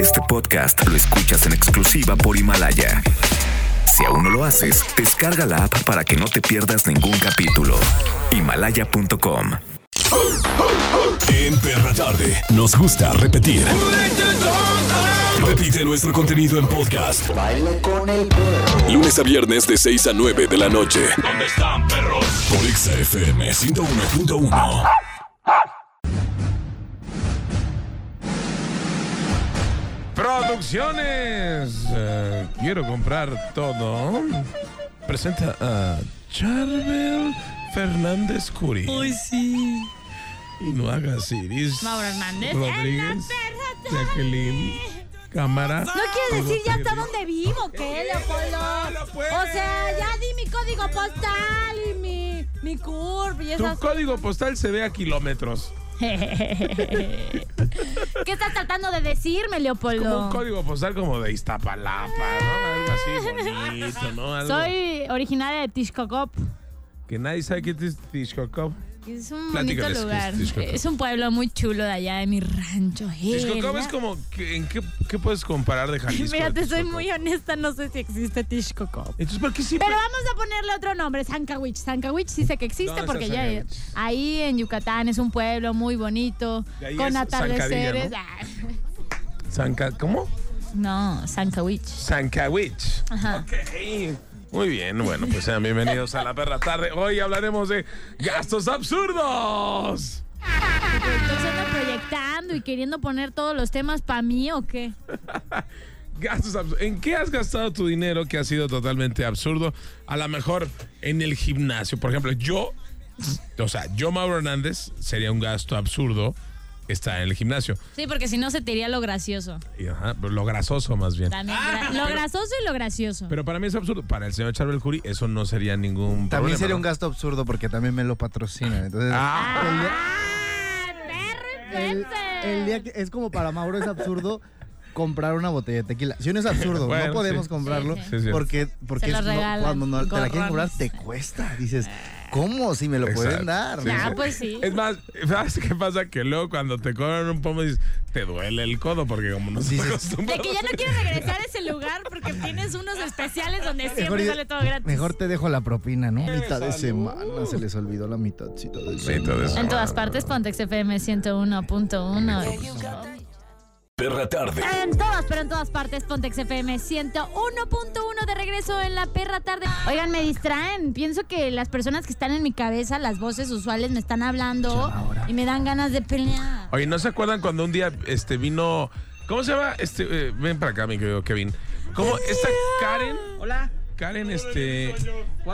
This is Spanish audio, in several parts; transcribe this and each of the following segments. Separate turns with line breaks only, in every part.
Este podcast lo escuchas en exclusiva por Himalaya. Si aún no lo haces, descarga la app para que no te pierdas ningún capítulo. Himalaya.com.
En Perra Tarde nos gusta repetir. Repite nuestro contenido en podcast. Lunes a viernes de 6 a 9 de la noche. ¿Dónde están, perros? Por Exa FM 101.1.
Producciones. eh, quiero comprar todo. Presenta a Charbel Fernández Curi.
Uy, sí.
Y no haga así. Dice
Mauro Hernández.
Rodríguez. Jacqueline. Cámara.
¿No quieres decir ya hasta dónde vivo, o qué, Leopoldo? O sea, ya di mi código postal y mi, mi curva y
Tu
esas...
código postal se ve a kilómetros.
¿Qué estás tratando de decirme,
Como un
Leopoldo?
código postal como de Iztapalapa, ¿no? Algo así bonito, ¿no? Algo
Soy originaria de Tishkokop.
que nadie sabe qué es Tishkokov.
que Es un bonito
Platícales qué es
lugar.
Tishkokov.
Es un pueblo muy chulo de allá de mi rancho.
Tishkokov es
¿verdad?
como, que- ¿en qué, qué puedes comparar de Jalisco?
Mira,
a
te soy
Tishkokov?
muy honesta, no sé si existe Tishkokop.
Entonces, ¿por qué siempre?
Pero vamos a ponerle otro nombre, Sankawich. Sankawich sí sé
¿Dónde
que existe
está
porque ya
Sankawich?
ahí en Yucatán es un pueblo muy bonito,
De ahí es
con
Zancadilla,
atardeceres.
¿no?
Ah,
Zanca- ¿Cómo?
No, Sankawich.
Sankawich.
Ajá.
Ok. Muy bien, bueno, pues sean bienvenidos a la perra tarde. Hoy hablaremos de gastos absurdos.
Entonces ando proyectando y queriendo poner todos los temas para mí o qué.
Gastos absurdos. ¿En qué has gastado tu dinero que ha sido totalmente absurdo? A lo mejor en el gimnasio. Por ejemplo, yo, o sea, yo, Mauro Hernández, sería un gasto absurdo estar en el gimnasio.
Sí, porque si no se te iría lo gracioso.
Y, ajá, lo grasoso más bien.
También gra- lo grasoso y lo gracioso.
Pero para mí es absurdo. Para el señor Charbel Jury, eso no sería ningún
También
problema,
sería
¿no?
un gasto absurdo porque también me lo patrocinan. Entonces,
Ah,
¡Ah! perro
el,
influencer!
el día que es como para Mauro es absurdo comprar una botella de tequila. Si uno es absurdo,
Bueno,
no podemos
sí.
comprarlo
Sí, sí.
Sí, es cierto.
porque, porque
Se lo
es- no-
regalan,
cuando no- te la quieren
gorrones.
cobrar te cuesta. Dices, ¿cómo si me lo
Exacto.
pueden dar?
Sí,
Ah,
sí.
pues sí.
Es más, ¿sabes qué pasa? Que luego cuando te cobran un pomo dices, te duele el codo porque como no se
Dices,
De
acostumbrado.
que ya no quieres regresar a ese lugar porque tienes unos especiales donde
Mejor,
siempre sale todo gratis.
mejor te dejo la propina, ¿no? Mitad de semana, se les olvidó la mitadcita de semana.
En todas partes, Pontex FM 101.1.
Perra Tarde.
En todas, pero en todas partes, Pontex FM 101.1 de regreso en la perra tarde. Oigan, me distraen. Pienso que las personas que están en mi cabeza, las voces usuales, me están hablando y me dan ganas de pelear.
Oye, ¿no se acuerdan cuando un día este vino. ¿Cómo se llama? Este, eh, ven para acá, mi querido Kevin. ¿Cómo esta Karen? Hola. Karen, este.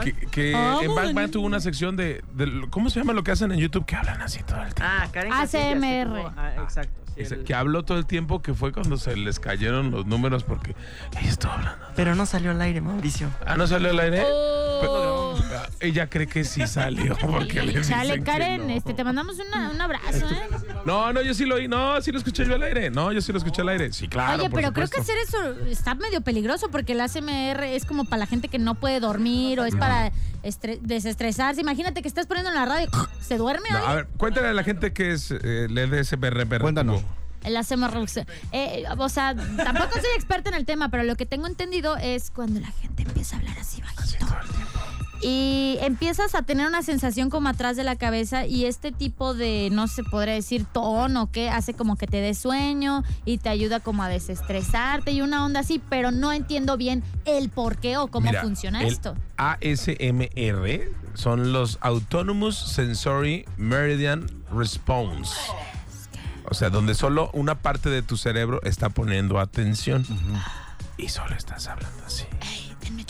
Que, que
Ah,
en
bueno.
Batman tuvo una sección de, de- ¿Cómo se llama lo que hacen en YouTube? Que hablan así todo el tiempo.
Ah, Karen Casillas,
ACMR.
sí, como- ah, exacto. sí,
Dice,
el-
Que habló todo el tiempo, que fue cuando se les cayeron los números porque ella estuvo hablando.
Pero no salió al aire, Mauricio.
Ah, no salió al aire.
Oh.
Pero- ah, ella cree que sí salió porque le dicen
Chale,
que
Karen,
no.
este, te mandamos una- un abrazo, ¿eh?
No, no, yo sí lo oí. No, sí lo escuché yo al aire. No, yo sí lo escuché al aire. Sí, claro.
Oye,
por
pero creo que
supuesto.
hacer eso está medio peligroso porque el ASMR es como para la gente que no puede dormir o es para estre- desestresarse. Imagínate que estás poniendo en la radio, y se duerme.
No,
oye?
a ver, cuéntale a la gente que es eh, el EDSPRP.
Cuéntanos.
El ASMR. Eh, o sea, tampoco soy experta en el tema, pero lo que tengo entendido es cuando la gente empieza a hablar así bajito. Y empiezas a tener una sensación como atrás de la cabeza y este tipo de, no se podría decir tono, que hace como que te dé sueño y te ayuda como a desestresarte y una onda así, pero no entiendo bien el por qué o cómo
Mira,
funciona
el
esto.
ASMR son los Autonomous Sensory Meridian Response. O sea, donde solo una parte de tu cerebro está poniendo atención. Y solo estás hablando así.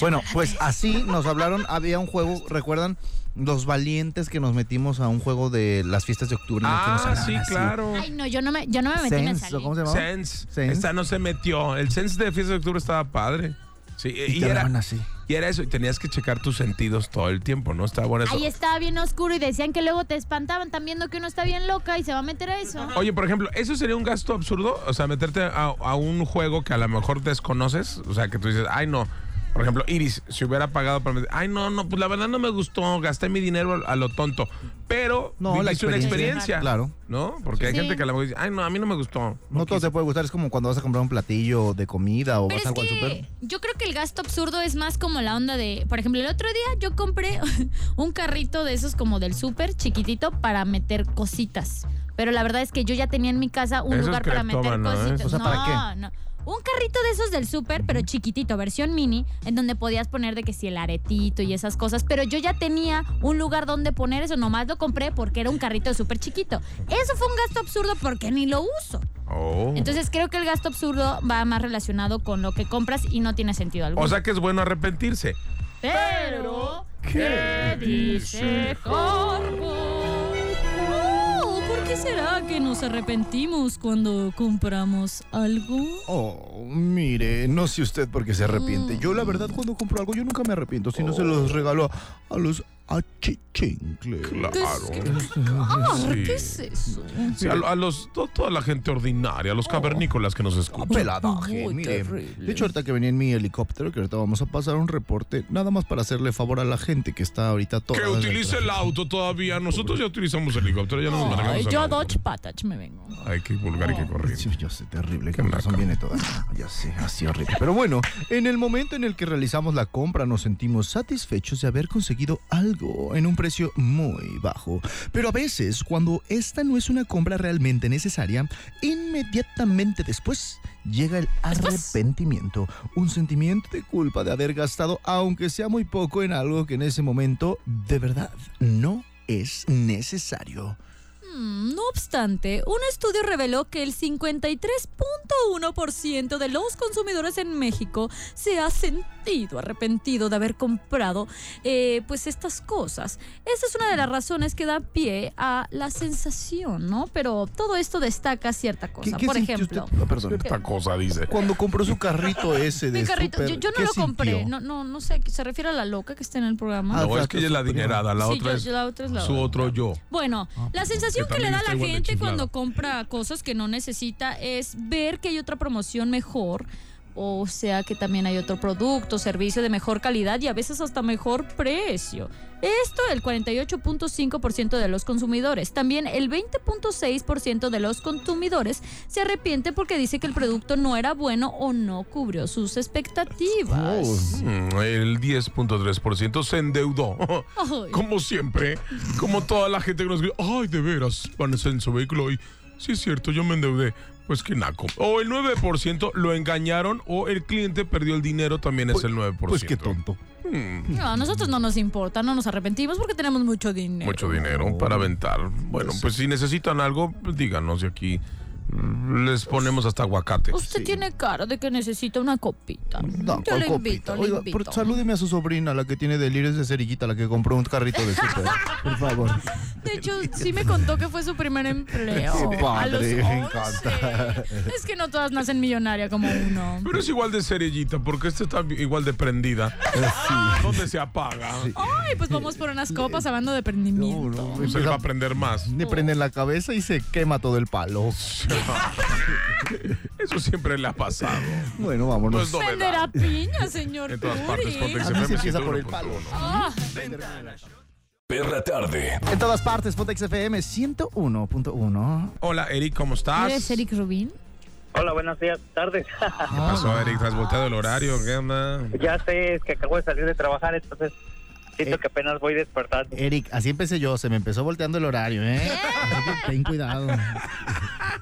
Bueno, pues así nos hablaron. Había un juego, ¿recuerdan? Los valientes que nos metimos a un juego de las fiestas de octubre. en el que nos
ah,
hablaban
sí,
así.
claro.
Ay, no, yo no me, yo no Ah, me metí, me
Sense,
salí.
¿o ¿cómo se llamaba?
Sense.
Sense.
Esta no se metió. El Sense de Fiesta de Octubre estaba padre. Sí, y,
Y te
era,
hablaban así.
y era eso. Y tenías que checar tus sentidos todo el tiempo, ¿no? Estaba bueno eso.
Ahí estaba bien oscuro y decían que luego te espantaban, están viendo que uno está bien loca y se va a meter a eso.
Oye, por ejemplo, ¿eso sería un gasto absurdo? O sea, meterte a, a un juego que a lo mejor desconoces. O sea, que tú dices, ay, no. Por ejemplo, Iris, si hubiera pagado para... Ay, no, no, pues la verdad no me gustó, gasté mi dinero a lo tonto. Pero no,
No, la
una experiencia.
experiencia, claro.
¿No? Porque hay
Sí.
gente que a lo mejor dice, ay, no, a mí no me gustó.
No todo te puede gustar, es como cuando vas a comprar un platillo de comida o
Pero
vas
es
algo al
que
super.
yo creo que el gasto absurdo es más como la onda de, por ejemplo, el otro día yo compré un carrito de esos como del súper chiquitito para meter cositas. Pero la verdad es que yo ya tenía en mi casa un
Eso es
lugar para meter
cleptómano, ¿eh?
cositas.
O sea,
no,
¿para qué?
no. Un carrito de esos del súper, pero chiquitito, versión mini, en donde podías poner de que si el aretito y esas cosas, pero yo ya tenía un lugar donde poner eso, nomás lo compré porque era un carrito súper chiquito. Eso fue un gasto absurdo porque ni lo uso.
Oh.
Entonces creo que el gasto absurdo va más relacionado con lo que compras y no tiene sentido alguno.
o sea que es bueno arrepentirse.
pero
¿Qué dice
Oh, ¿Por qué será que nos arrepentimos cuando compramos algo?
Oh, mire, no sé usted por qué se arrepiente. Yo, la verdad, cuando compro algo, yo nunca me arrepiento. Si no se los regalo a, a los achichincles.
Pues ¿Qué es-
Claro.
Ah,
Sí.
¿Qué es eso? Oh.
Sí, a, a los, to- toda la gente ordinaria, a los cavernícolas que nos escuchan.
Peladaje,
Muy
mire.
terrible.
De hecho, ahorita que venía en mi helicóptero, que ahorita vamos a pasar un reporte, nada más para hacerle favor a la gente que está ahorita toda.
Que
en el
utilice el
tráfico.
auto todavía. Nosotros ya utilizamos helicóptero, ya nos manejamos.
Ay,
en
yo a
auto.
Dodge Patach me vengo. Oh.
Ay, qué vulgar y qué corriente.
Sí, yo sé, terrible.
Qué
Con razón
naca.
viene toda. Ya sé, así horrible. Pero bueno, en el momento en el que realizamos la compra, nos sentimos satisfechos de haber conseguido algo en un precio muy bajo. Pero a veces, cuando esta no es una compra realmente necesaria, inmediatamente después llega el arrepentimiento. Un sentimiento de culpa de haber gastado, aunque sea muy poco, en algo que en ese momento de verdad no es necesario.
Mm, No obstante, un estudio reveló que el 53.1% de los consumidores en México se ha sentido arrepentido de haber comprado eh, pues estas cosas. Esa es una de las razones que da pie a la sensación, ¿no? Pero todo esto destaca cierta cosa. Por
sintió
ejemplo,
usted? Ah, perdón.
Esta cosa dice.
Cuando compró su carrito ese de
mi carrito, yo,
súper,
yo no
¿qué
lo compré,
sintió?
no, no, no sé, se refiere a la loca que está en el programa.
Ah,
No, es que ella es la
Prima.
adinerada, la
Sí,
otra
yo-
es
yo la otra es la
su
otra.
otro yo.
Bueno,
Ah,
la sensación
que
que le da
pues también está
a la
igual de
gente cuando
chiflado.
compra cosas que no necesita es ver que hay otra promoción mejor. O sea que también hay otro producto, servicio de mejor calidad y a veces hasta mejor precio. Esto el 48.5% de los consumidores. También el 20.6% de los consumidores se arrepiente porque dice que el producto no era bueno o no cubrió sus expectativas.
Mm, El 10.3% se endeudó.
Ay.
Como siempre, como toda la gente que nos dice, ay, de veras, van en su vehículo y sí es cierto, yo me endeudé. Pues que naco. O el 9% lo engañaron o el cliente perdió el dinero, también es el 9%.
Pues qué tonto.
Mm,
No, a nosotros no nos importa, no nos arrepentimos porque tenemos mucho dinero.
mucho dinero para aventar. Bueno, pues si necesitan algo, pues, díganos y aquí mm, les ponemos hasta aguacate.
Usted tiene cara de que necesita una copita.
No,
Yo
¿cuál
le
copita?
invito, le
Oiga,
invito.
por- salúdeme a su sobrina, la que tiene delirios de cerillita, la que compró un carrito de súper. Por favor.
De hecho, sí me contó que fue su primer empleo.
Sí,
a los
padre, me
11.
encanta.
Es que no todas nacen millonaria como uno.
Pero es igual de cerellita, porque esta está igual de prendida.
Eh,
¿Dónde se apaga?
Ay, pues vamos por unas copas hablando de
No,
prendimiento.
Oh, no,
pues Se le va a
empieza-
prender más.
le prende en la cabeza y se quema todo el palo.
Eso siempre le ha pasado.
Bueno,
Pues No
vámonos.
es novedad.
Venderá piña, señor
En todas partes,
Puri.
Pontex
A mí se
FM
empieza por el palo.
101.1.
Ah,
Perra tarde.
En todas partes, Fotex FM 101.1.
Hola, Eric, ¿cómo estás?
¿Eres Eric Rubin?
Hola, buenos días, tardes.
¿Qué pasó, Eric? ¿Te has volteado el horario? ¿Qué onda?
ya sé, es que acabo de salir de trabajar, entonces siento
Eh.
que apenas voy despertando.
Eric, así empecé yo, se me empezó volteando el horario, ¿eh? Así que ten cuidado.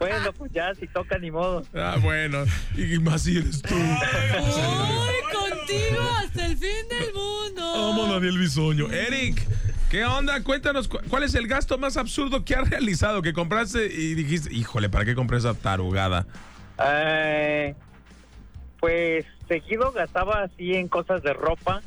Bueno, pues ya, si toca, ni modo.
Ah, bueno. Y más si eres tú.
¡Ay, contigo hasta el fin del mundo!
Vamos, Daniel Bisoño. Eric, ¿qué onda? Cuéntanos, cu- ¿cuál es el gasto más absurdo que has realizado? Que compraste y dijiste, híjole, ¿para qué compré esa tarugada?
Eh, pues seguido gastaba así en cosas de ropa.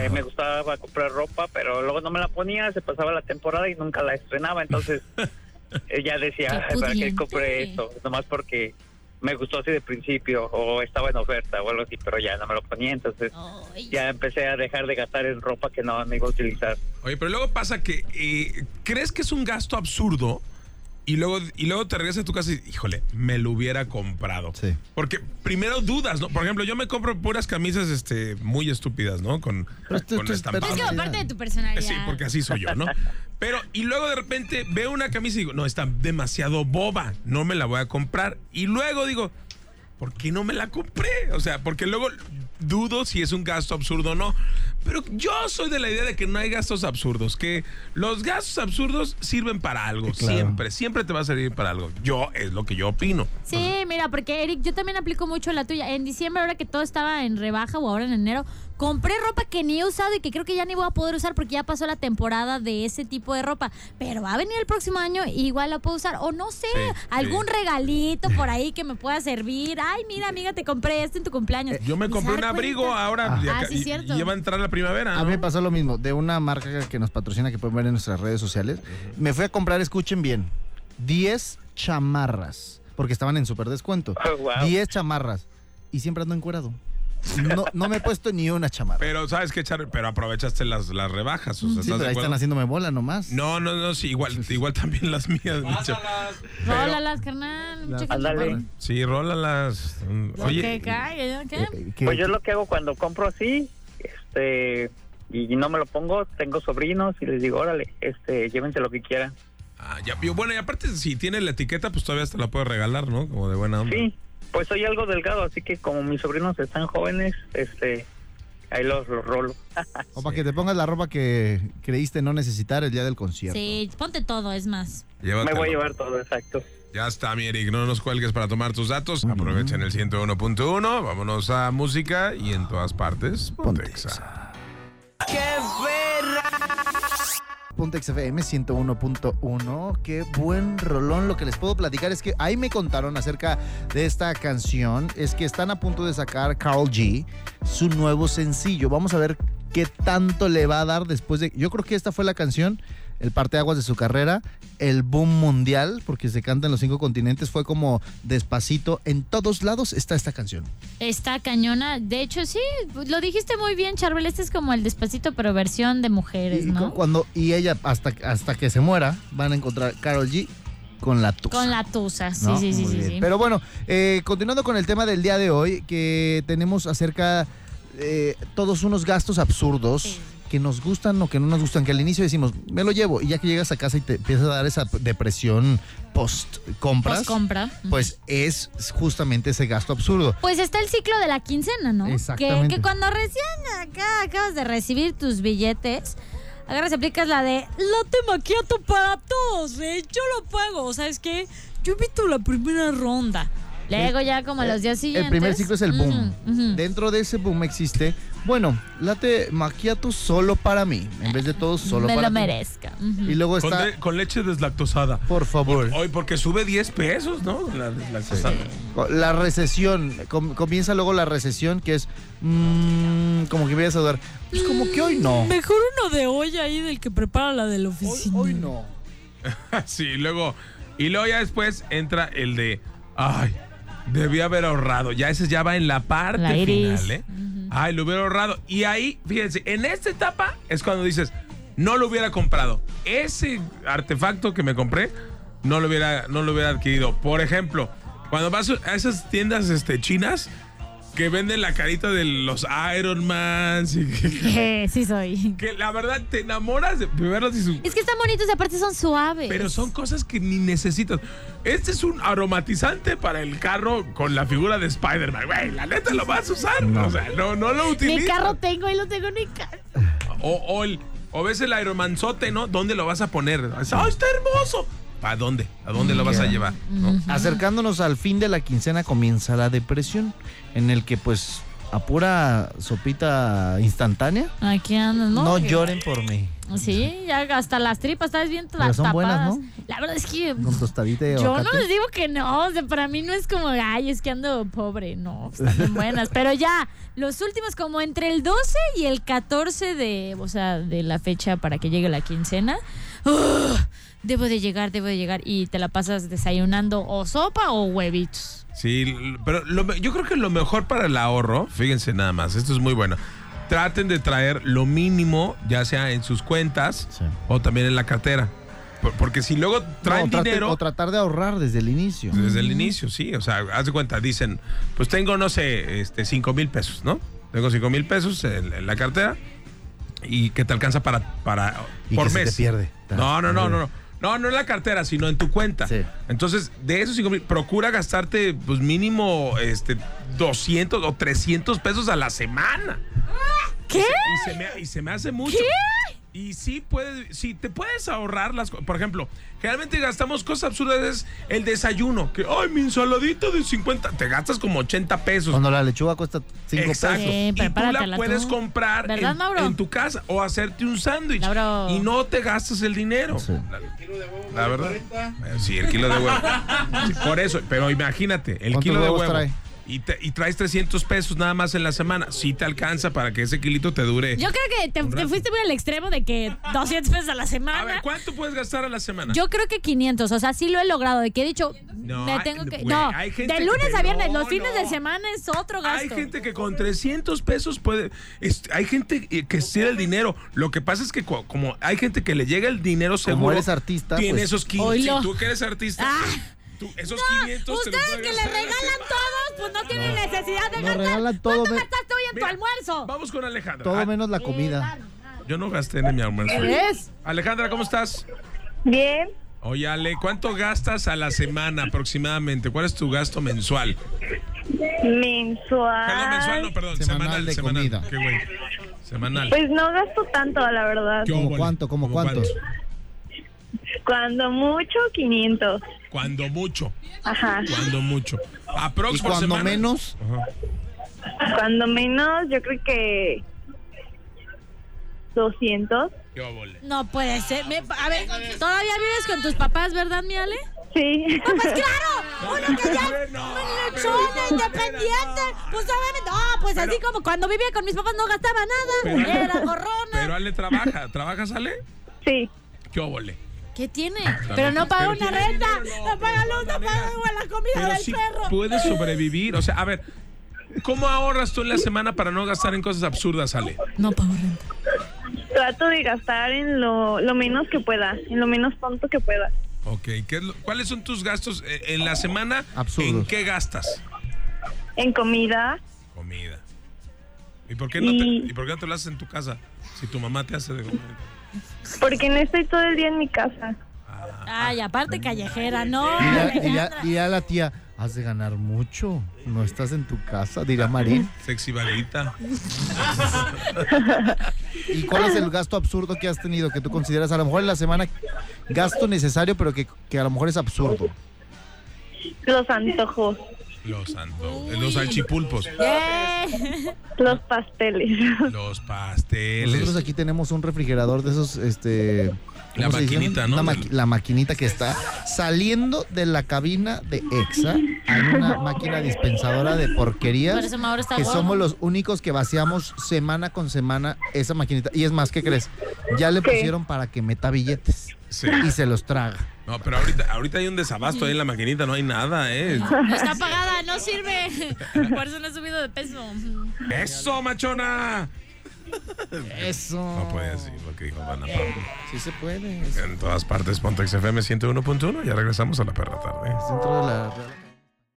Eh, me gustaba comprar ropa, pero luego no me la ponía, se pasaba la temporada y nunca la estrenaba. Entonces eh, ya decía,
Qué
"Ay, ¿para qué
pudiente.
compré esto? Nomás porque me gustó así de principio o estaba en oferta o algo así, pero ya no me lo ponía. Entonces
Ay.
ya empecé a dejar de gastar en ropa que no me iba a utilizar.
Oye, pero luego pasa que eh, crees que es un gasto absurdo, y luego, y luego te regresas a tu casa y, híjole, me lo hubiera comprado.
Sí.
Porque primero dudas, ¿no? Por ejemplo, yo me compro puras camisas este, muy estúpidas, ¿no? Con,
Pero esto-
con
esto es
estampado.
Es que como parte de tu
Eh,
personalidad.
Sí, porque así soy yo, ¿no? Pero, y luego de repente veo una camisa y digo, no, está demasiado boba, no me la voy a comprar. Y luego digo, ¿por qué no me la compré? O sea, porque luego dudo si es un gasto absurdo o no. Pero yo soy de la idea de que no hay gastos absurdos, que los gastos absurdos sirven para algo,
Sí, claro.
siempre, siempre te va a servir para algo. Yo es lo que yo opino.
Sí, mira, porque Eric, yo también aplico mucho la tuya. En diciembre, ahora que todo estaba en rebaja o ahora en enero, compré ropa que ni he usado y que creo que ya ni voy a poder usar porque ya pasó la temporada de ese tipo de ropa. Pero va a venir el próximo año y igual la puedo usar. O no sé,
Sí,
algún
sí.
regalito por ahí que me pueda servir. Ay, mira, amiga, te compré este en tu cumpleaños.
Yo me
Y se
compré
dar
un abrigo
cuenta.
ahora
Ah,
y, acá-
sí,
y-
cierto.
y ya va a entrar la primavera.
A
¿no?
mí me pasó lo mismo, de una marca que nos patrocina, que pueden ver en nuestras redes sociales. Me fui a comprar, escuchen bien, 10 chamarras, porque estaban en súper descuento.
Oh, wow.
10 chamarras. Y siempre ando encuerado. No, no me he puesto ni una chamarra.
Pero sabes qué, Char, pero aprovechaste las, las rebajas. O sea,
Sí,
¿estás
pero
de
ahí
acuerdo?
están haciéndome bola nomás.
No, no, no, sí, igual, igual también las mías. mi chava. ah, Pero-
Rólalas, carnal. mucha
Ándale.
gente.
Sí, rólalas. Mm,
Lo que
Oye,
caiga, ¿no? ¿Qué?
Eh, que-
Pues yo lo que hago cuando compro así, este, y no me lo pongo, tengo sobrinos y les digo, órale, este, llévense lo que quieran.
ah, ya, yo- bueno, y aparte, si tiene la etiqueta, pues todavía te la puedes regalar, ¿no? Como de buena onda.
Sí, pues soy algo delgado, así que como mis sobrinos están jóvenes, este, ahí los, los rolo.
O para que te pongas la ropa que creíste no necesitar el día del concierto.
Sí, ponte todo, es más.
Llévatelo.
Me voy a llevar todo, exacto.
Ya está, mi Eric, no nos cuelgues para tomar tus datos. Aprovechen el 101.1, vámonos a música y en todas partes,
Ponte
Pontexa.
Punta XFM 101.1. Qué buen rolón. Lo que les puedo platicar es que ahí me contaron acerca de esta canción. Es que están a punto de sacar Carl G su nuevo sencillo. Vamos a ver qué tanto le va a dar después de. Yo creo que esta fue la canción. El parteaguas de su carrera, el boom mundial, porque se canta en los cinco continentes, fue como despacito. En todos lados está esta canción.
Está cañona. De hecho, sí, lo dijiste muy bien, Charbel. Este es como el despacito, pero versión de mujeres,
Y, cu-
¿no?
cuando, y ella, hasta, hasta que se muera, van a encontrar Carol G con la tusa.
Con la tusa. Sí,
¿no?
sí, sí,
Muy
sí,
bien.
sí.
Pero bueno, eh, continuando con el tema del día de hoy, que tenemos acerca eh, todos unos gastos absurdos
Sí.
que nos gustan o que no nos gustan, que al inicio decimos, me lo llevo, y ya que llegas a casa y te empieza a dar esa p- depresión post-compras,
Pues compra.
pues es justamente ese gasto absurdo.
Pues está el ciclo de la quincena, ¿no? Que- Que,
Exactamente.
cuando recién acá acabas de recibir tus billetes, agarras y aplicas la de latte macchiato para todos, ¿eh? Yo lo pago. ¿Sabes qué? Yo invito la primera ronda. Luego ya como a los días siguientes.
El primer ciclo es el boom.
Ujú, ujú.
Dentro de ese boom existe, bueno, late macchiato solo para mí, en vez de todos solo
Me
para ti.
lo merezca. Ujú.
Y luego
Con,
está,
de- con leche deslactosada.
por favor.
Hoy, porque sube 10 pesos, ¿no? La deslactosada.
La recesión, com- comienza luego la recesión que es mm, como que voy a saludar. Pues como que hoy no.
Mejor uno de hoy ahí del que prepara la de la
Hoy,
oficina.
hoy no.
Sí, luego. Y luego ya después entra el de. Ay, debí haber ahorrado. Ya ese ya va en la parte
La iris.
final, ¿eh? Ay, lo hubiera ahorrado. Y ahí, fíjense, en esta etapa es cuando dices, no lo hubiera comprado. Ese artefacto que me compré, no lo hubiera, no lo hubiera adquirido. Por ejemplo, cuando vas a esas tiendas este, chinas que venden la carita de los Iron Man y que,
Eh, sí soy.
que la verdad te enamoras de primero de su
Es que están bonitos y aparte son suaves.
pero son cosas que ni necesitas. Este es un aromatizante para el carro con la figura de Spider-Man. Güey, la neta lo vas a usar. O sea, no, no lo
Ni
utilizas.
carro tengo y lo tengo ni carro.
O, o el- o ves el aeromanzote, ¿no? ¿Dónde lo vas a poner? ¡Ah, está hermoso! ¿Para dónde? ¿A dónde lo vas a llevar? ¿No?
Acercándonos al fin de la quincena comienza la depresión, en el que pues a pura sopita instantánea,
Aquí andan,
no,
¿no?
lloren por mí.
Sí, ya hasta las tripas, estás bien
Pero
las
son
tapadas.
buenas, ¿no?
La verdad es que
Con tostadita de
yo no
aguacate.
les digo que no. O sea, para mí no es como, ay, es que ando pobre. No, están bien buenas. Pero ya, los últimos, como entre el 12 y el 14 de, o sea, de la fecha para que llegue la quincena. ¡ugh! debo de llegar, debo de llegar. Y te la pasas desayunando o sopa o huevitos.
Sí, l- pero lo me- yo creo que lo mejor para el ahorro, fíjense nada más, esto es muy bueno. Traten de traer lo mínimo, ya sea en sus cuentas
Sí.
o también en la cartera. Por- Porque si luego traen
No, trate-
dinero
O tratar de ahorrar desde el inicio.
desde el inicio, sí. O sea, haz de cuenta, dicen, pues tengo, no sé, este, 5 mil pesos, ¿no? Tengo 5 mil pesos en, en la cartera y que te alcanza para, para
Y
por
que se te
mes.
pierde.
No, no, no, no, no. No, no en la cartera, sino en tu cuenta.
Sí.
Entonces, de esos 5 mil, procura gastarte, pues mínimo, este, 200 o 300 pesos a la semana.
¿Qué?
Y se me, y se me hace mucho. Y sí, puedes, sí, te puedes ahorrar las cosas. Por ejemplo, generalmente gastamos cosas absurdas. Es el desayuno. Que, ay, mi ensaladita de 50. Te gastas como 80 pesos.
Cuando la lechuga cuesta 5 pesos.
Exacto.
pesos. Sí,
y tú la
prepáratela
puedes
tú.
comprar
¿Verdad,
en,
Mauro?
en tu casa o hacerte un sándwich.
Mauro.
Y no te gastas el dinero.
Sí.
La, la verdad. Eh, Sí, el kilo de huevo. Sí, por eso, pero imagínate, el
¿Cuántos
kilo de
huevos
huevo.
trae?
Y, te- y traes 300 pesos nada más en la semana. Si te alcanza para que ese kilito te dure.
Yo creo que te,
Un
te
rato.
fuiste muy al extremo de que 200 pesos a la semana.
A ver, ¿cuánto puedes gastar a la semana?
Yo creo que 500, o sea, sí lo he logrado, de que he dicho,
No,
me
hay-
tengo que...
güey,
no,
hay gente
de
que
lunes
te-
a viernes,
no,
los fines
no.
de semana es otro gasto.
Hay gente que con 300 pesos puede. es- hay gente eh, que estira el dinero. Lo que pasa es que, co- como hay gente que le llega el dinero seguro.
eres artista,
Tiene
pues,
esos 500.
oílo.
Si tú que eres artista. tú- esos 500 te los
Ah, Ustedes
puedes
que le
gastar a la
regalan
semana.
todos, pues no tienen necesidad de
Nos
gastar.
regalan todo,
¿Cuánto
me-
gastaste hoy en
Mira,
tu almuerzo?
Vamos con Alejandra.
Todo
Ah,
menos la comida.
Yo no gasté en mi almuerzo.
¿Ves?
Alejandra, ¿cómo estás?
Bien,
Oye, Ale, ¿cuánto gastas a la semana aproximadamente? ¿Cuál es tu gasto mensual?
Ah.
Perdón, mensual,
mensual.
no, perdón.
Semanal
Semanal,
de
semanal.
comida.
Qué güey. Semanal.
Pues no gasto tanto, la verdad.
¿Qué
¿Cómo
óvole?
cuánto? ¿Cómo cuántos?
Cuando mucho, 500.
Cuando mucho.
Ajá.
Cuando mucho. Aprox
Y
por
cuando
semana.
menos,
Ajá.
Cuando menos, yo creo que 200.
Qué óvole.
No puede ser. Me- a ver, todavía vives con tus papás, ¿verdad, mi Ale?
Sí.
Pues claro, uno que ya es
No,
luchona,
pero-
independiente. Pues obviamente, no, pues así como cuando vivía con mis papás no gastaba
Pero-
nada. Era
Pero
gorrona.
Ale trabaja. ¿Trabajas, Ale?
Sí.
Qué óvole.
¿Qué tiene? Pero no paga
Pero
una
tiene
renta,
dinero, no,
no
pero
paga
de
luz, no
todas
paga
maneras.
agua, la comida
Pero
del
sí
perro.
puedes sobrevivir. O sea, a ver, ¿cómo ahorras tú en la semana para no gastar en cosas absurdas, Ale?
No pago renta.
Trato de gastar en lo, lo menos que pueda, en lo menos tonto que pueda.
Ok, ¿qué es lo- ¿cuáles son tus gastos eh, en la semana?
Absurdos.
¿En qué gastas?
En comida.
Comida. ¿Y por qué no te,
Y-
¿y por qué no te lo haces en tu casa? Si tu mamá te hace de comer.
Porque no estoy todo el día en mi casa.
Ay, aparte callejera, no.
dirá, dirá-
Alejandra.
dirá la tía, has de ganar mucho. No estás en tu casa, dirá Marín.
Sexy vaguita.
¿Y cuál es el gasto absurdo que has tenido que tú consideras a lo mejor en la semana gasto necesario, pero que, que a lo mejor es absurdo?
Los antojos,
Los santo. Los salchipulpos.
Yay.
los pasteles.
Los pasteles.
Nosotros aquí tenemos un refrigerador de esos, este...
La
¿cómo se dicen?
maquinita, ¿no?
Una maqui- la maquinita que está saliendo de la cabina de EXA. Hay una máquina dispensadora de porquerías.
Por eso Mauro está
que
gordo.
somos los únicos que vaciamos semana con semana esa maquinita. Y es más, ¿qué crees? Ya le
¿Qué?
pusieron para que meta billetes
Sí.
y se los traga.
No, pero ahorita, ahorita hay un desabasto ahí en la maquinita, no hay nada, ¿eh?
No está pagada, no sirve. Por eso no he subido de peso.
¡Eso, machona!
Eso.
No puede decir lo que dijo Ana Paula.
Sí se puede.
En todas partes, Pontex FM 101.1. Ya regresamos a la perra tarde.
Dentro de la...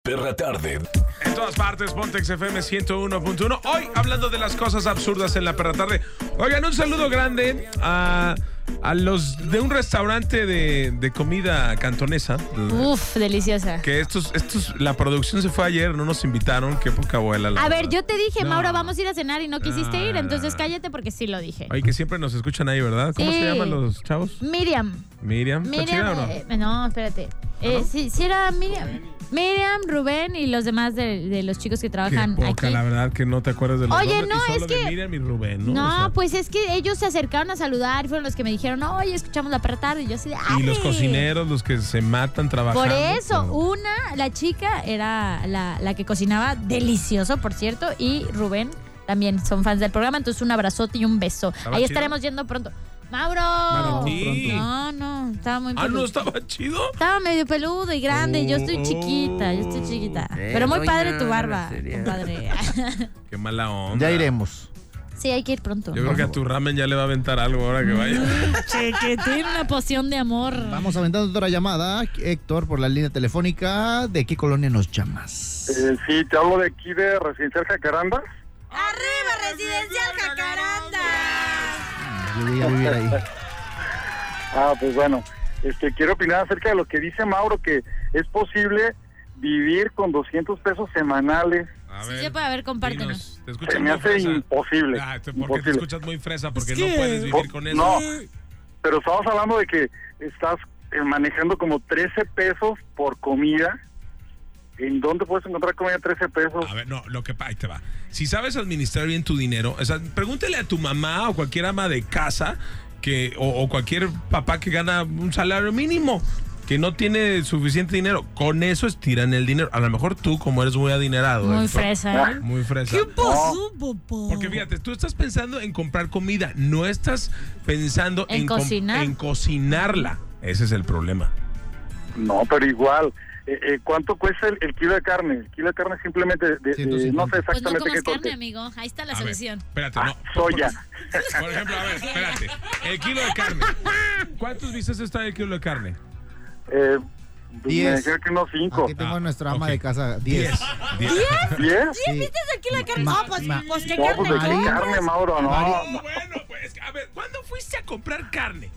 Perra tarde.
En todas partes, Pontex FM 101.1. Hoy hablando de las cosas absurdas en la perra tarde. Oigan, un saludo grande a, a los de un restaurante de, de comida cantonesa.
Uh.
Uf, deliciosa.
Que estos, estos, la producción se fue ayer, no nos invitaron. Qué poca abuela. la
A ver,
verdad.
yo te dije,
No.
Mauro, vamos a ir a cenar y no quisiste ir,
Ah.
entonces cállate porque sí lo dije.
Ay, que siempre nos escuchan ahí, ¿verdad? ¿Cómo
Sí.
se llaman los chavos?
Miriam.
Miriam. ¿Está chida o
Miriam.
no?
eh, no, espérate. Eh, sí, sí era Miriam. Miriam, Rubén y los demás de, de los chicos que
Qué
trabajan
poca,
aquí.
la verdad, que no te acuerdas de los
Oye,
nombres, y
no,
solo
es
de
que-
Miriam y Rubén, ¿no?
No,
O sea,
pues es que ellos se acercaron a saludar y fueron los que me dijeron, oye, escuchamos la perra tarde. Y yo así de,
Y los
"Arre".
cocineros, los que se matan
Por
trabajando.
eso, uh,
No.
una, la chica era la, la que cocinaba delicioso, por cierto, y Rubén también son fans del programa, entonces un abrazote y un beso.
¿Estaba
Ahí
chido?
estaremos yendo pronto. ¡Mauro!
Valentín.
No, no, estaba muy
Ah,
peludo.
no, estaba chido.
Estaba medio peludo y grande, y yo estoy chiquita, yo estoy chiquita.
Eh,
Pero muy
doña,
padre tu barba,
sería.
compadre.
Qué mala onda.
Ya iremos.
Sí, hay que ir pronto.
Yo creo que a tu ramen ya le va a aventar algo ahora que
Mm.
vaya.
Chequetín, una poción de amor.
Vamos aventando otra llamada, Héctor, por la línea telefónica. ¿De qué colonia nos llamas?
Eh, sí, te hablo de aquí de Residencial Jacaranda.
¡Arriba, residencial Jacaranda!
Yo voy a vivir ahí.
Ah, pues bueno, este, quiero opinar acerca de lo que dice Mauro, que es posible vivir con 200 pesos semanales.
A
Sí, se puede, a ver, compártenos.
dinos, te escuchas
Se me
muy
hace
fresa.
imposible.
Ah, te- porque te
imposible.
escuchas muy fresa, porque
Es
no
que-
puedes vivir con eso.
No, pero estamos hablando de que estás eh, manejando como 13 pesos por comida. ¿En dónde puedes encontrar comida 13 pesos?
A ver, no, lo que pa- ahí te va. Si sabes administrar bien tu dinero, o sea, pregúntale a tu mamá o cualquier ama de casa que o, o cualquier papá que gana un salario mínimo que no tiene suficiente dinero, con eso estiran el dinero. A lo mejor tú, como eres muy adinerado,
Muy
Héctor,
fresa, ¿eh?
muy fresa.
pasó, papá?
Porque fíjate, tú estás pensando en comprar comida, no estás pensando
En
com-
cocinar.
en cocinarla. Ese es el problema.
No, pero igual. eh, eh, ¿Cuánto cuesta el, el kilo de carne? El kilo de carne simplemente, de- de- de- no
150.
sé
Pues no
exactamente
comas
qué
carne,
coste.
amigo. Ahí está la
A ver,
solución.
espérate,
Ah,
no.
soya.
Por ejemplo, a ver, espérate. El kilo de carne. ¿Cuántos bisteces está el kilo de carne?
Eh,
Diez.
me dijeron que unos 5.
Aquí tengo
Ah,
a nuestra ama
ok.
de casa, 10.
Diez.
¿Eh?
¿10?
Sí.
aquí la carne?
Ma-
No, pues,
ma-
pues, ¿qué
No, pues de
carne?
qué
Mari.
carne, Mauro, no.
No, bueno, pues, a ver, ¿cuándo fuiste a comprar carne?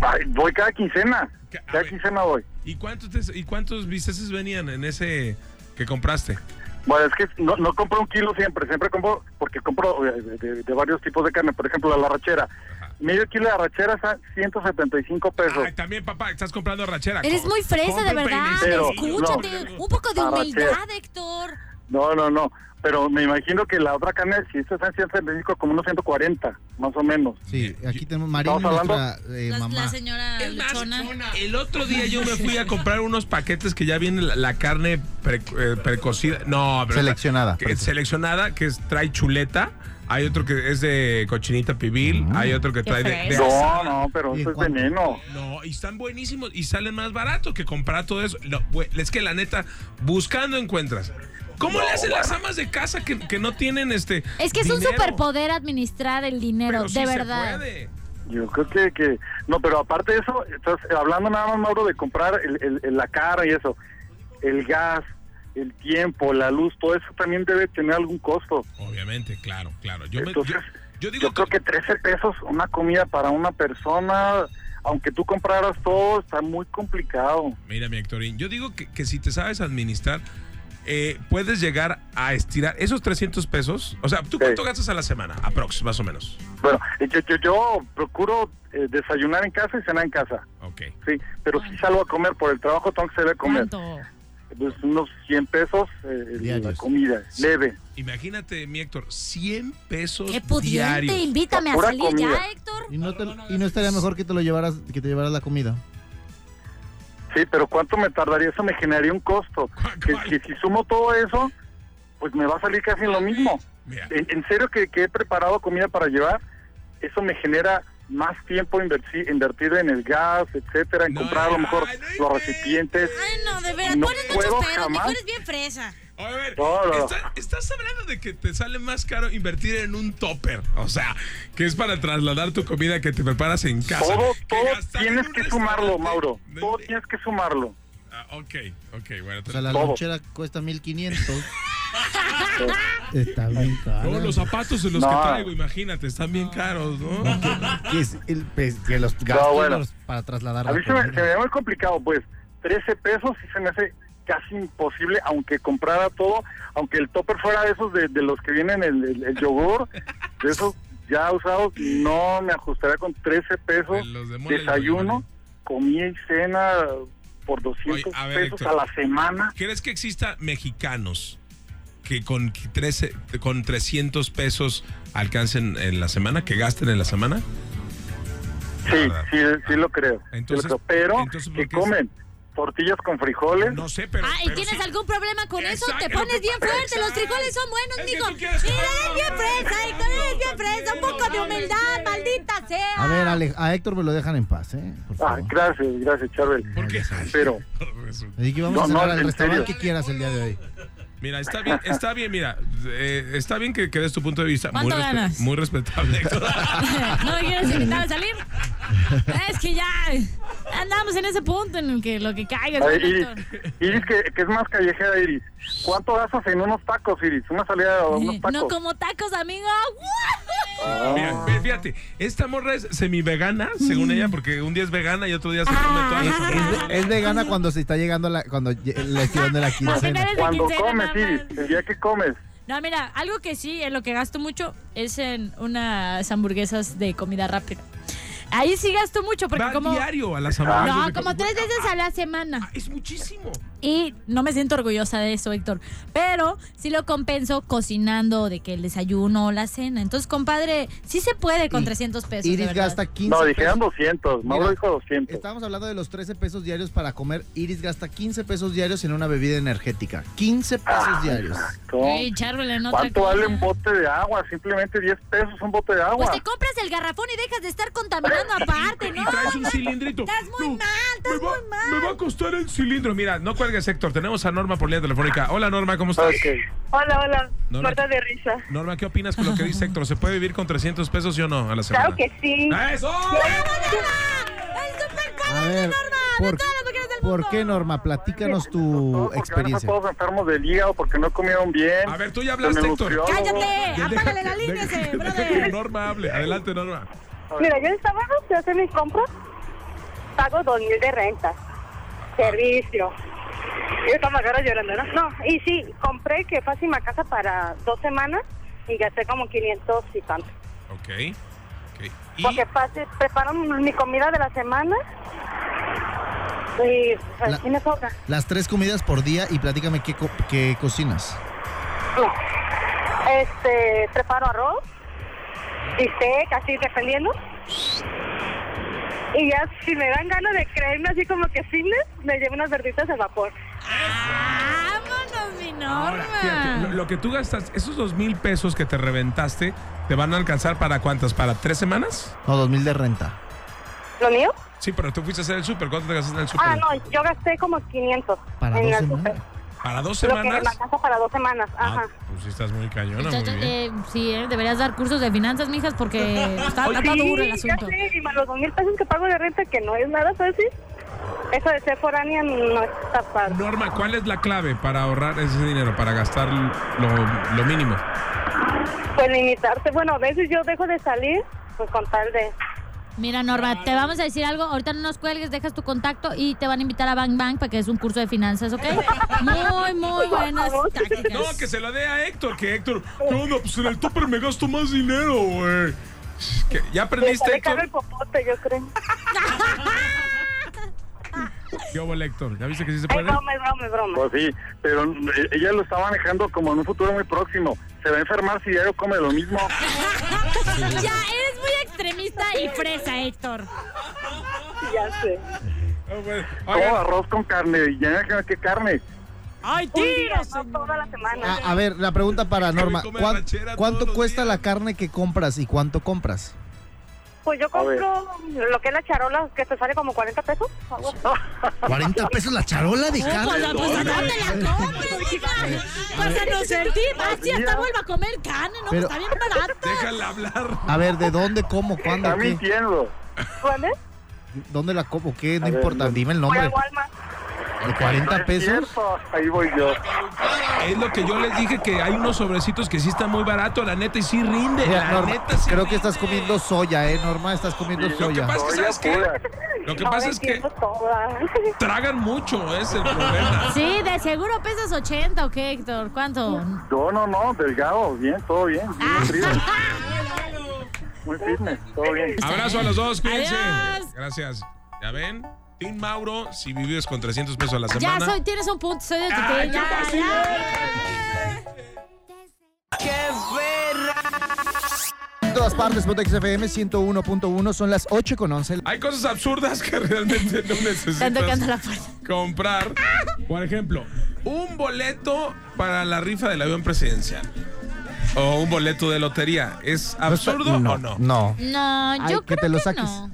Ay, voy cada quincena.
Que- a
Cada
ver.
quincena voy.
¿Y cuántos, te- y cuántos bisteces venían en ese que compraste?
Bueno, es que no, no compro un kilo siempre, siempre compro, porque compro eh, de, de- de varios tipos de carne. Por ejemplo, la arrachera. Medio kilo de arrachera está 175 pesos.
Ay, también, papá, estás comprando rachera.
Eres
Co-
muy fresa,
compra
de
el
verdad.
peinecero.
Escúchate.
No.
Un poco de
Para
humildad,
hacer.
Héctor.
No, no, no. Pero me imagino que la otra carne, si esta está en 175, como unos 140, más o menos.
Sí, aquí tenemos María,
¿Estamos hablando?
nuestra eh,
La, la
mamá.
señora
Es más,
Luchona.
el otro día yo me fui a comprar unos paquetes que ya viene la, la carne pre- eh, precocida. No, pero
Seleccionada,
que-
parece.
seleccionada, que es- trae chuleta. Hay otro que es de cochinita pibil. Hay otro que
Qué
trae de- de,
fresa.
No, no, pero
¿Y
eso es
cuánto?
veneno.
No, y están buenísimos y salen más barato que comprar todo eso. No, güey, es que la neta, buscando encuentras. ¿Cómo le hacen las amas de casa que, que no tienen este.
Es que es un
dinero?
superpoder administrar el dinero,
Pero sí
de
se
verdad.
puede.
Yo creo que, que no, pero aparte de eso, estás hablando nada más, Mauro, de comprar el, el- el- la cara y eso, el gas, el tiempo, la luz, todo eso también debe tener algún costo.
Obviamente, claro, claro. Yo, me-
Entonces,
yo- yo
Yo,
digo
creo que 13 pesos una comida para una persona, aunque tú compraras todo, está muy complicado.
Mira, mi Héctorín, yo digo que, que si te sabes administrar, eh, puedes llegar a estirar esos 300 pesos. O sea, ¿tú cuánto gastas a la semana? Aprox, más o menos.
Bueno, eh, yo, yo, yo procuro eh, desayunar en casa y cenar en casa,
Ok.
sí, pero si salgo a comer por el trabajo, tengo que salir a comer. Pues unos 100 pesos eh, la
Diarios.
comida, leve.
Imagínate, mi Héctor, 100 pesos
Qué pudiente.
diarios.
Invítame a
Pura
salir
comida.
ya, Héctor.
¿Y no, te- y no estaría mejor que te lo llevaras, que te llevaras la comida?
Sí, pero ¿cuánto me tardaría? Eso me generaría un costo.
¿Cuál,
Que,
cuál?
que si sumo todo eso, pues me va a salir casi lo mismo.
Mira,
En, en serio que, que he preparado comida para llevar, eso me genera más tiempo inversi- invertido en el gas, etcétera, en
No,
comprar a lo
ay,
mejor
no
los
inventes.
recipientes.
Ay, no, de veras,
No
pones
puedo
muchos peros.
jamás.
Tú eres bien fresa.
a ver,
No, no.
está- estás hablando de que te sale más caro invertir en un topper. O sea, que es para trasladar tu comida que te preparas en casa.
Todo,
que
todo
gastar en
tienes
un
que sumarlo,
restaurante.
Mauro.
No,
Todo
eh,
tienes que sumarlo.
ah, ok, ok, bueno.
O
te-
sea, la
Todo.
lonchera cuesta 1500. Está bien caro.
No, los zapatos en los
No.
que traigo, imagínate, están bien caros, ¿no?
Que, es el, pues, que los gastos
bueno.
los- para trasladar
A
la
mí se me, se
comida.
me ve muy complicado, pues 13 pesos sí se me hace casi imposible, aunque comprara todo, aunque el topper fuera de esos de, de los que vienen el, el- el yogur, de esos ya usados, no me ajustaría con 13
De
pesos,
los de mole, los
desayuno,
de
comida y cena por 200
Oye, a ver,
pesos
Héctor.
a la semana.
¿Crees que exista mexicanos que con, 13, con 300 pesos alcancen en la semana, que gasten en la semana?
Sí,
verdad.
sí, sí lo creo. sí lo
Entonces-
creo. Pero
entonces, ¿por
que
qué es-
comen tortillas con frijoles.
No sé, pero...
Ah, ¿y
pero
tienes
sí.
algún problema con eso?
Exacto,
Te
lo que
pones bien
pasa.
fuerte. Los frijoles son buenos,
Es que
mijo.
tú quieres
Mira,
comer
eres bien
todo,
fresa, Héctor. Eres bien
también,
fresa. Un
no
poco de
mames,
humildad, maldita sea.
A ver, Ale- a Héctor me lo dejan en paz, ¿eh? Por
Ah,
favor.
gracias, gracias, Charbel.
¿Por qué?
Pero
Resulta-
Así que vamos
No,
a cenar
no,
al
en
restaurante
serio.
que quieras el día de hoy.
Mira, está bien, está bien, mira, eh, está bien que, que des tu punto de vista.
¿Cuánto
muy respe-
ganas?
Muy respetable. Héctor.
¿No me quieres invitar a salir? Es que ya andamos en ese punto en el que lo que caiga.
A ver,
es
Iris,
bonito.
Iris, que, que es más callejera, Iris. ¿Cuánto gastas en unos tacos, Iris? Una salida o unos tacos.
Eh, No como tacos, amigo.
Mira, ve- fíjate, esta morra es semi-vegana, según ella, porque un día es vegana y otro día se come
Ah,
todas las
Es, ve- es vegana cuando se está llegando la, cuando lle- le estoy dando la
Al final
quincena.
es de Cuando quincena, comes, mamá.
Iris, el día que comes.
No, mira, algo que sí, en lo que gasto mucho es en unas hamburguesas de comida rápida. Ahí sí gasto mucho porque
Va
como...
diario a las hamburguesas
Ah,
No,
de
como
pues,
comida.
tres veces a la semana.
Es muchísimo.
Y no me siento orgullosa de eso, Héctor. Pero sí lo compenso cocinando de que el desayuno o la cena. Entonces, compadre, sí se puede con 300 pesos. de
Iris
verdad.
gasta 15
No,
pesos.
dijeron 200. Mauro
Mira,
dijo 200.
Estábamos hablando de los 13 pesos diarios para comer. Iris gasta 15 pesos diarios en una bebida energética. 15 pesos
Ah,
diarios.
Ey, Charvel, en otra
¿Cuánto vale
cosa.
un bote de agua? Simplemente 10 pesos un bote de
Pues
agua.
te compras el garrafón y dejas de estar contaminando aparte, ¿no?
Y traes un cilindrito.
Estás muy
No,
mal,
me,
estás
va,
muy mal.
me va a costar el cilindro. Mira, no cuelgues, Héctor. Tenemos a Norma por línea telefónica. Hola, Norma, ¿cómo estás?
Hola, hola.
No, no.
Muerta de risa.
Norma, ¿qué opinas con lo que dice Héctor? ¿Se puede vivir con 300 pesos, sí o no, a la semana?
Claro que sí.
¡Eso!
A ver, ¿por, ¿por qué, Norma? Platícanos tu
Porque van a
experiencia.
estar todos enfermos del hígado porque no comieron bien.
A ver, tú ya hablaste, Héctor.
¡Cállate! ¡Apágale la línea ese,
Que Norma hable. Adelante, Norma.
Mira, yo el sábado fui a hacer mis compras, pago dos mil de renta, servicio. Yo estaba agarra llorando, ¿no? No, y sí, compré que fácil una casa para dos semanas y gasté como 500 y tanto.
Ok. ok. Y
Porque fácil, preparo mi comida de la semana y
La-
así me sobra.
Las tres comidas por día y platícame qué, co- qué cocinas.
Este, preparo arroz, bistec, así dependiendo. Y ya si me dan ganas de creerme así como que fitness, me llevo unas verditas al vapor.
¡Vámonos, mi
Ahora, fíjate, lo,
Norma!
lo que tú gastas, esos dos mil pesos que te reventaste, ¿te van a alcanzar para cuántas? ¿Para tres semanas?
No, dos mil de renta.
¿Lo mío?
Sí, pero tú fuiste a hacer el súper. ¿Cuánto te gastaste en el súper?
Ah, no, yo gasté como 500.
Para
en
dos
el súper.
¿Para dos
Lo que me
semanas?
alcanza para dos semanas, ajá.
Pues sí, estás muy cañona, muy
Muchachos,
bien.
eh, sí, eh, deberías dar cursos de finanzas, mijas, porque está, está
Sí,
duro el
ya
asunto.
sé, y más los dos mil pesos que pago de renta, que no es nada fácil. Eso de ser foránea no está fácil.
Norma, ¿cuál es la clave para ahorrar ese dinero, para gastar lo, lo mínimo?
Pues limitarte, bueno, a veces yo dejo de salir, pues con tal de...
Mira, Norma, te vamos a decir algo. Ahorita no nos cuelgues, dejas tu contacto y te van a invitar a Bang Bang para que es un curso de finanzas, ¿ok? Muy, muy buenas tácticas.
No, que se lo dé a Héctor, que Héctor, ¿qué onda? Pues en el topper me gasto más dinero, güey. ¿Qué? ¿Ya
Me
aprendiste,
sale caro
Héctor?
el popote, yo creo.
¿Qué hubo, Héctor? ¿Ya viste que sí se
Es
puede?
broma, es broma, es broma.
Pues sí, pero eh, ella lo está manejando como en un futuro muy próximo. Se va a enfermar si diario come lo mismo.
Ya, eres muy extremista y fresa, Héctor.
Ya sé.
Ah, bueno.
Todo
Oigan,
arroz con carne. ¿Y ya qué carne?
¡Ay,
Un día,
tiro!
no toda la
Ah,
semana.
A, a ver, la pregunta para Norma.
come
¿cuán-
arrachera todos
¿Cuánto
los
cuesta
días?
la carne que compras y cuánto compras?
Pues yo compro lo que es la charola, que te sale como 40 pesos. algo así.
¿40 pesos la charola de
Pues,
carne?
pues, pues no te la compres, Pues, hija. Pásanos el tip. Así hasta vuelvo a comer carne, ¿no?
Pero-
Está bien barato.
déjala hablar.
A ver, ¿de dónde, cómo, cuándo,
Está
qué?
mintiendo.
¿Dónde?
¿Dónde la como? ¿Qué? No
A ver,
importa,
no.
dime el
Voy
nombre.
a Walmart.
¿De
No
40
es
pesos?
cierto, Ahí voy yo.
Es lo que yo les dije, que hay unos sobrecitos que sí están muy baratos, la neta, y sí rinde.
Mira,
la
Norma,
neta, sí
creo
rinde.
que estás comiendo soya, ¿eh, Norma? Estás comiendo
Sí, lo
Lo que
soya.
pasa es que,
Soya
¿sabes qué?
pura.
Lo que
Ahora
pasa es que
entiendo toda.
tragan mucho, es el problema.
Sí, de seguro pesas 80, ¿ok, Héctor? ¿Cuánto? Ah,
No, no, no. Delgado. Bien, todo bien. bien
Ah.
nutrido. Muy fitness. Todo bien.
Abrazo a los dos, cuídense.
Adiós.
Gracias. ¿Ya ven? Team Mauro, si vives con 300 pesos a la
Ya
semana.
soy, tienes un punto, soy de tu
Ay,
team.
qué
Ya,
fácil.
En todas partes, Botex FM 101.1 son las 8 con 11.
Hay cosas absurdas que realmente no
Están tocando la
necesitas
puerta.
comprar. Por ejemplo, un boleto para la rifa del avión presidencial. O un boleto de lotería. ¿Es absurdo o no?
No.
No, yo
Ay,
creo
que
que,
te lo saques.
no.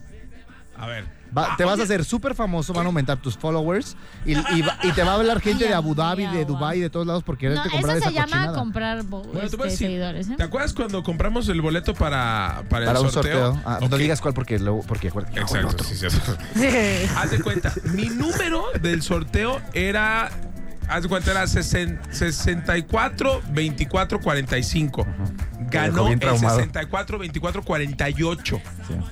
A ver.
Va- te vas a hacer súper famoso, van a aumentar tus followers y, y va- y te va a hablar gente de Abu Dhabi, de Dubai, de todos lados por quererte
No, eso
comprar
se
esa
llama
cochinada.
comprar bo-
Bueno, te voy a
este,
decir,
seguidores. ¿eh?
¿Te acuerdas cuando compramos el boleto para, para,
Para
el
un
sorteo?
sorteo. Ah, No digas cuál porque luego porque acuérdate. que luego el
Exacto,
otro.
sí, sí, sí. Haz de cuenta, mi número del sorteo era. Haz de cuenta, era 60 64 24 45. Ganó
dejó
el
bien traumado.
64 24 48.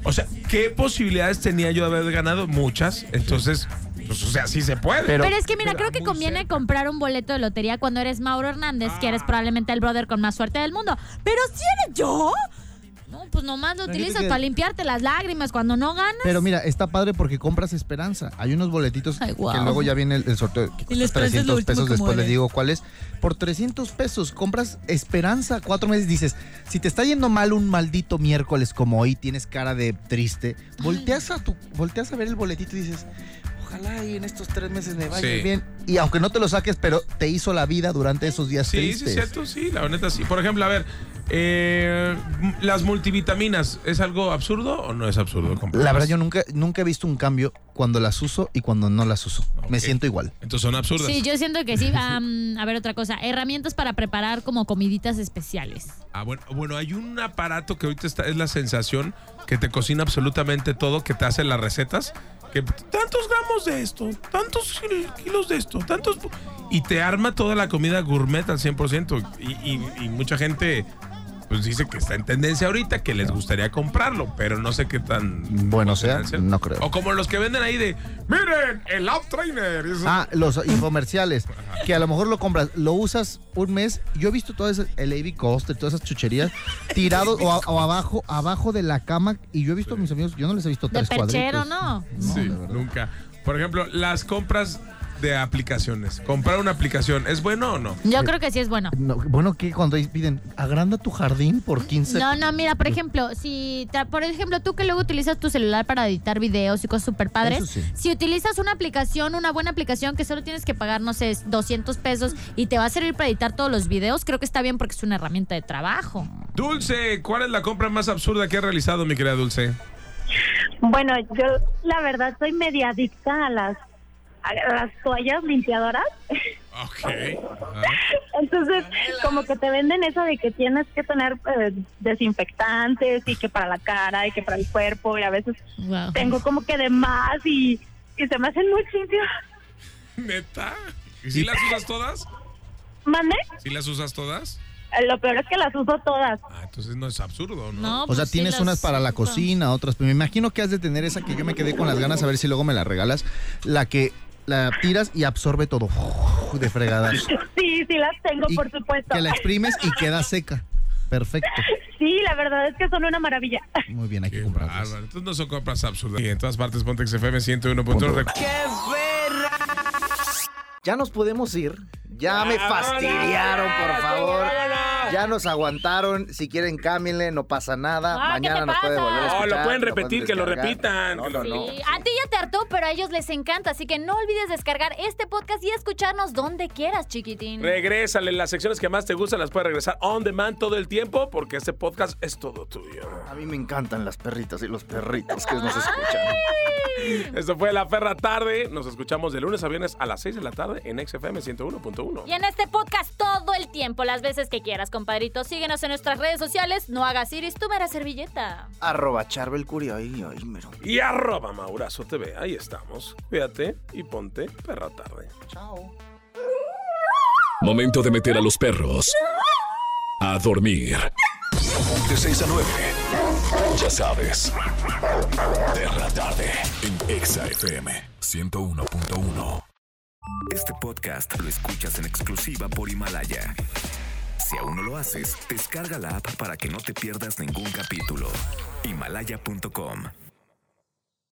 O sea, ¿qué posibilidades tenía yo de haber ganado? Muchas. Entonces, pues, o sea, sí se puede.
Pero, es que mira, creo que conviene comprar un boleto de lotería cuando eres Mauro Hernández, que eres probablemente el brother con más suerte del mundo. Pero si eres yo, no, pues nomás lo
Imagínate
utilizas
que-
para limpiarte las lágrimas cuando no ganas.
Pero mira, está padre porque compras esperanza. Hay unos boletitos
Ay, guau.
que luego ya viene el, el sorteo. que
Y les
cuesta
traes el
300
último
pesos,
que
después
muere.
le digo cuál es. Por 300 pesos compras esperanza. Cuatro meses dices, si te está yendo mal un maldito miércoles como hoy, tienes cara de triste, volteas a, tu, volteas a ver el boletito y dices, ojalá y en estos tres meses me vaya
Sí.
bien. Y aunque no te lo saques, pero te hizo la vida durante esos días
Sí, sí,
tristes.
cierto, sí, la neta sí. Por ejemplo, a ver, eh, m- las multivitaminas, ¿es algo absurdo o no es absurdo? comprarlas?
La verdad, yo nunca, nunca he visto un cambio cuando las uso y cuando no las uso. Me siento igual.
Entonces son absurdas.
Sí, yo siento que sí. Am, a ver, otra cosa. Herramientas para preparar como comiditas especiales.
Ah, bueno, bueno, hay un aparato que ahorita está, es la sensación que te cocina absolutamente todo, que te hace las recetas, que tantos gramos de esto, tantos kil- kilos de esto, tantos... Y te arma toda la comida gourmet al 100%. Y, y- y mucha gente pues dice que está en tendencia ahorita, que les gustaría comprarlo, pero no sé qué tan...
Bueno, sea, no creo.
O como los que venden ahí de, miren, el app trainer. y eso.
Ah, los infomerciales. Que a lo mejor lo compras, lo usas un mes. Yo he visto todo ese, el AV Cost y todas esas chucherías tirado o, a- o abajo, abajo de la cama. Y yo he visto a mis amigos, yo no les he visto
De
tres
perchero,
cuadritos.
¿no?
Sí, nunca. Por ejemplo, las compras de aplicaciones. Comprar una aplicación, ¿es bueno o no?
Yo creo que sí es bueno.
No, bueno, que cuando ahí piden, agranda tu jardín por 15.
No, no, mira, por ejemplo, si, tra- por ejemplo, tú que luego utilizas tu celular para editar videos y cosas súper padres,
Eso sí.
si utilizas una aplicación, una buena aplicación que solo tienes que pagar, no sé, 200 pesos y te va a servir para editar todos los videos, creo que está bien porque es una herramienta de trabajo.
Dulce, ¿cuál es la compra más absurda que has realizado, mi querida Dulce?
Bueno, yo la verdad soy media adicta a las, a las toallas limpiadoras.
Ok.
Entonces, como que te venden eso de que tienes que tener eh, desinfectantes y que para la cara y que para el cuerpo y a veces tengo como que de más y, y se me hacen muchísimas.
¿Neta? ¿Y si las usas todas?
¿Mande?
¿Si las usas todas?
Eh, Lo peor es que las uso todas.
Ah, entonces no es absurdo, ¿no?
pues
o sea, tienes unas para la cocina, otras. Me imagino que has de tener esa que yo me quedé con las ganas a ver si luego me la regalas. La que la tiras y absorbe todo de fregadas.
Sí, sí las tengo, por supuesto.
Que la exprimes y queda seca. Perfecto.
Sí, la verdad es que son una maravilla.
Muy bien, hay que
Ah,
comprarlas.
bueno, entonces no son compras absurdas. Y en todas partes, Pontex FM 101.1.
Ya nos podemos ir. Ya me fastidiaron, por favor. Ya nos aguantaron. Si quieren, cámbienle, no pasa nada.
Ah, ¿qué
Mañana
te
nos puede
pasa?
volver a
No, lo
escuchar.
pueden repetir, que lo
descargar. No, no, no.
Sí, A ti ya te hartó, pero a ellos les encanta, así que no olvides descargar este podcast y escucharnos donde quieras, chiquitín.
Regrésale, las secciones que más te gustan las puedes regresar on demand todo el tiempo porque este podcast es todo tuyo.
A mí me encantan las perritas y los perritos que nos escuchan.
Esto fue La Ferra Tarde. Nos escuchamos de lunes a viernes a las 6 de la tarde en XFM 101.1.
Y en este podcast todo el tiempo, las veces que quieras, compadrito. Síguenos en nuestras redes sociales. No hagas iris, tú me harás servilleta.
Arroba Charbel Curio. Ahí, ahí, mero.
Y arroba Maurazo TV. Ahí estamos. Cuídate y ponte Ferra Tarde.
Momento de meter a los perros a dormir. De 6 a 9. Ya sabes. Perra tarde en Exa FM 101.1.
Este podcast lo escuchas en exclusiva por Himalaya. Si aún no lo haces, descarga la app para que no te pierdas ningún capítulo. Himalaya.com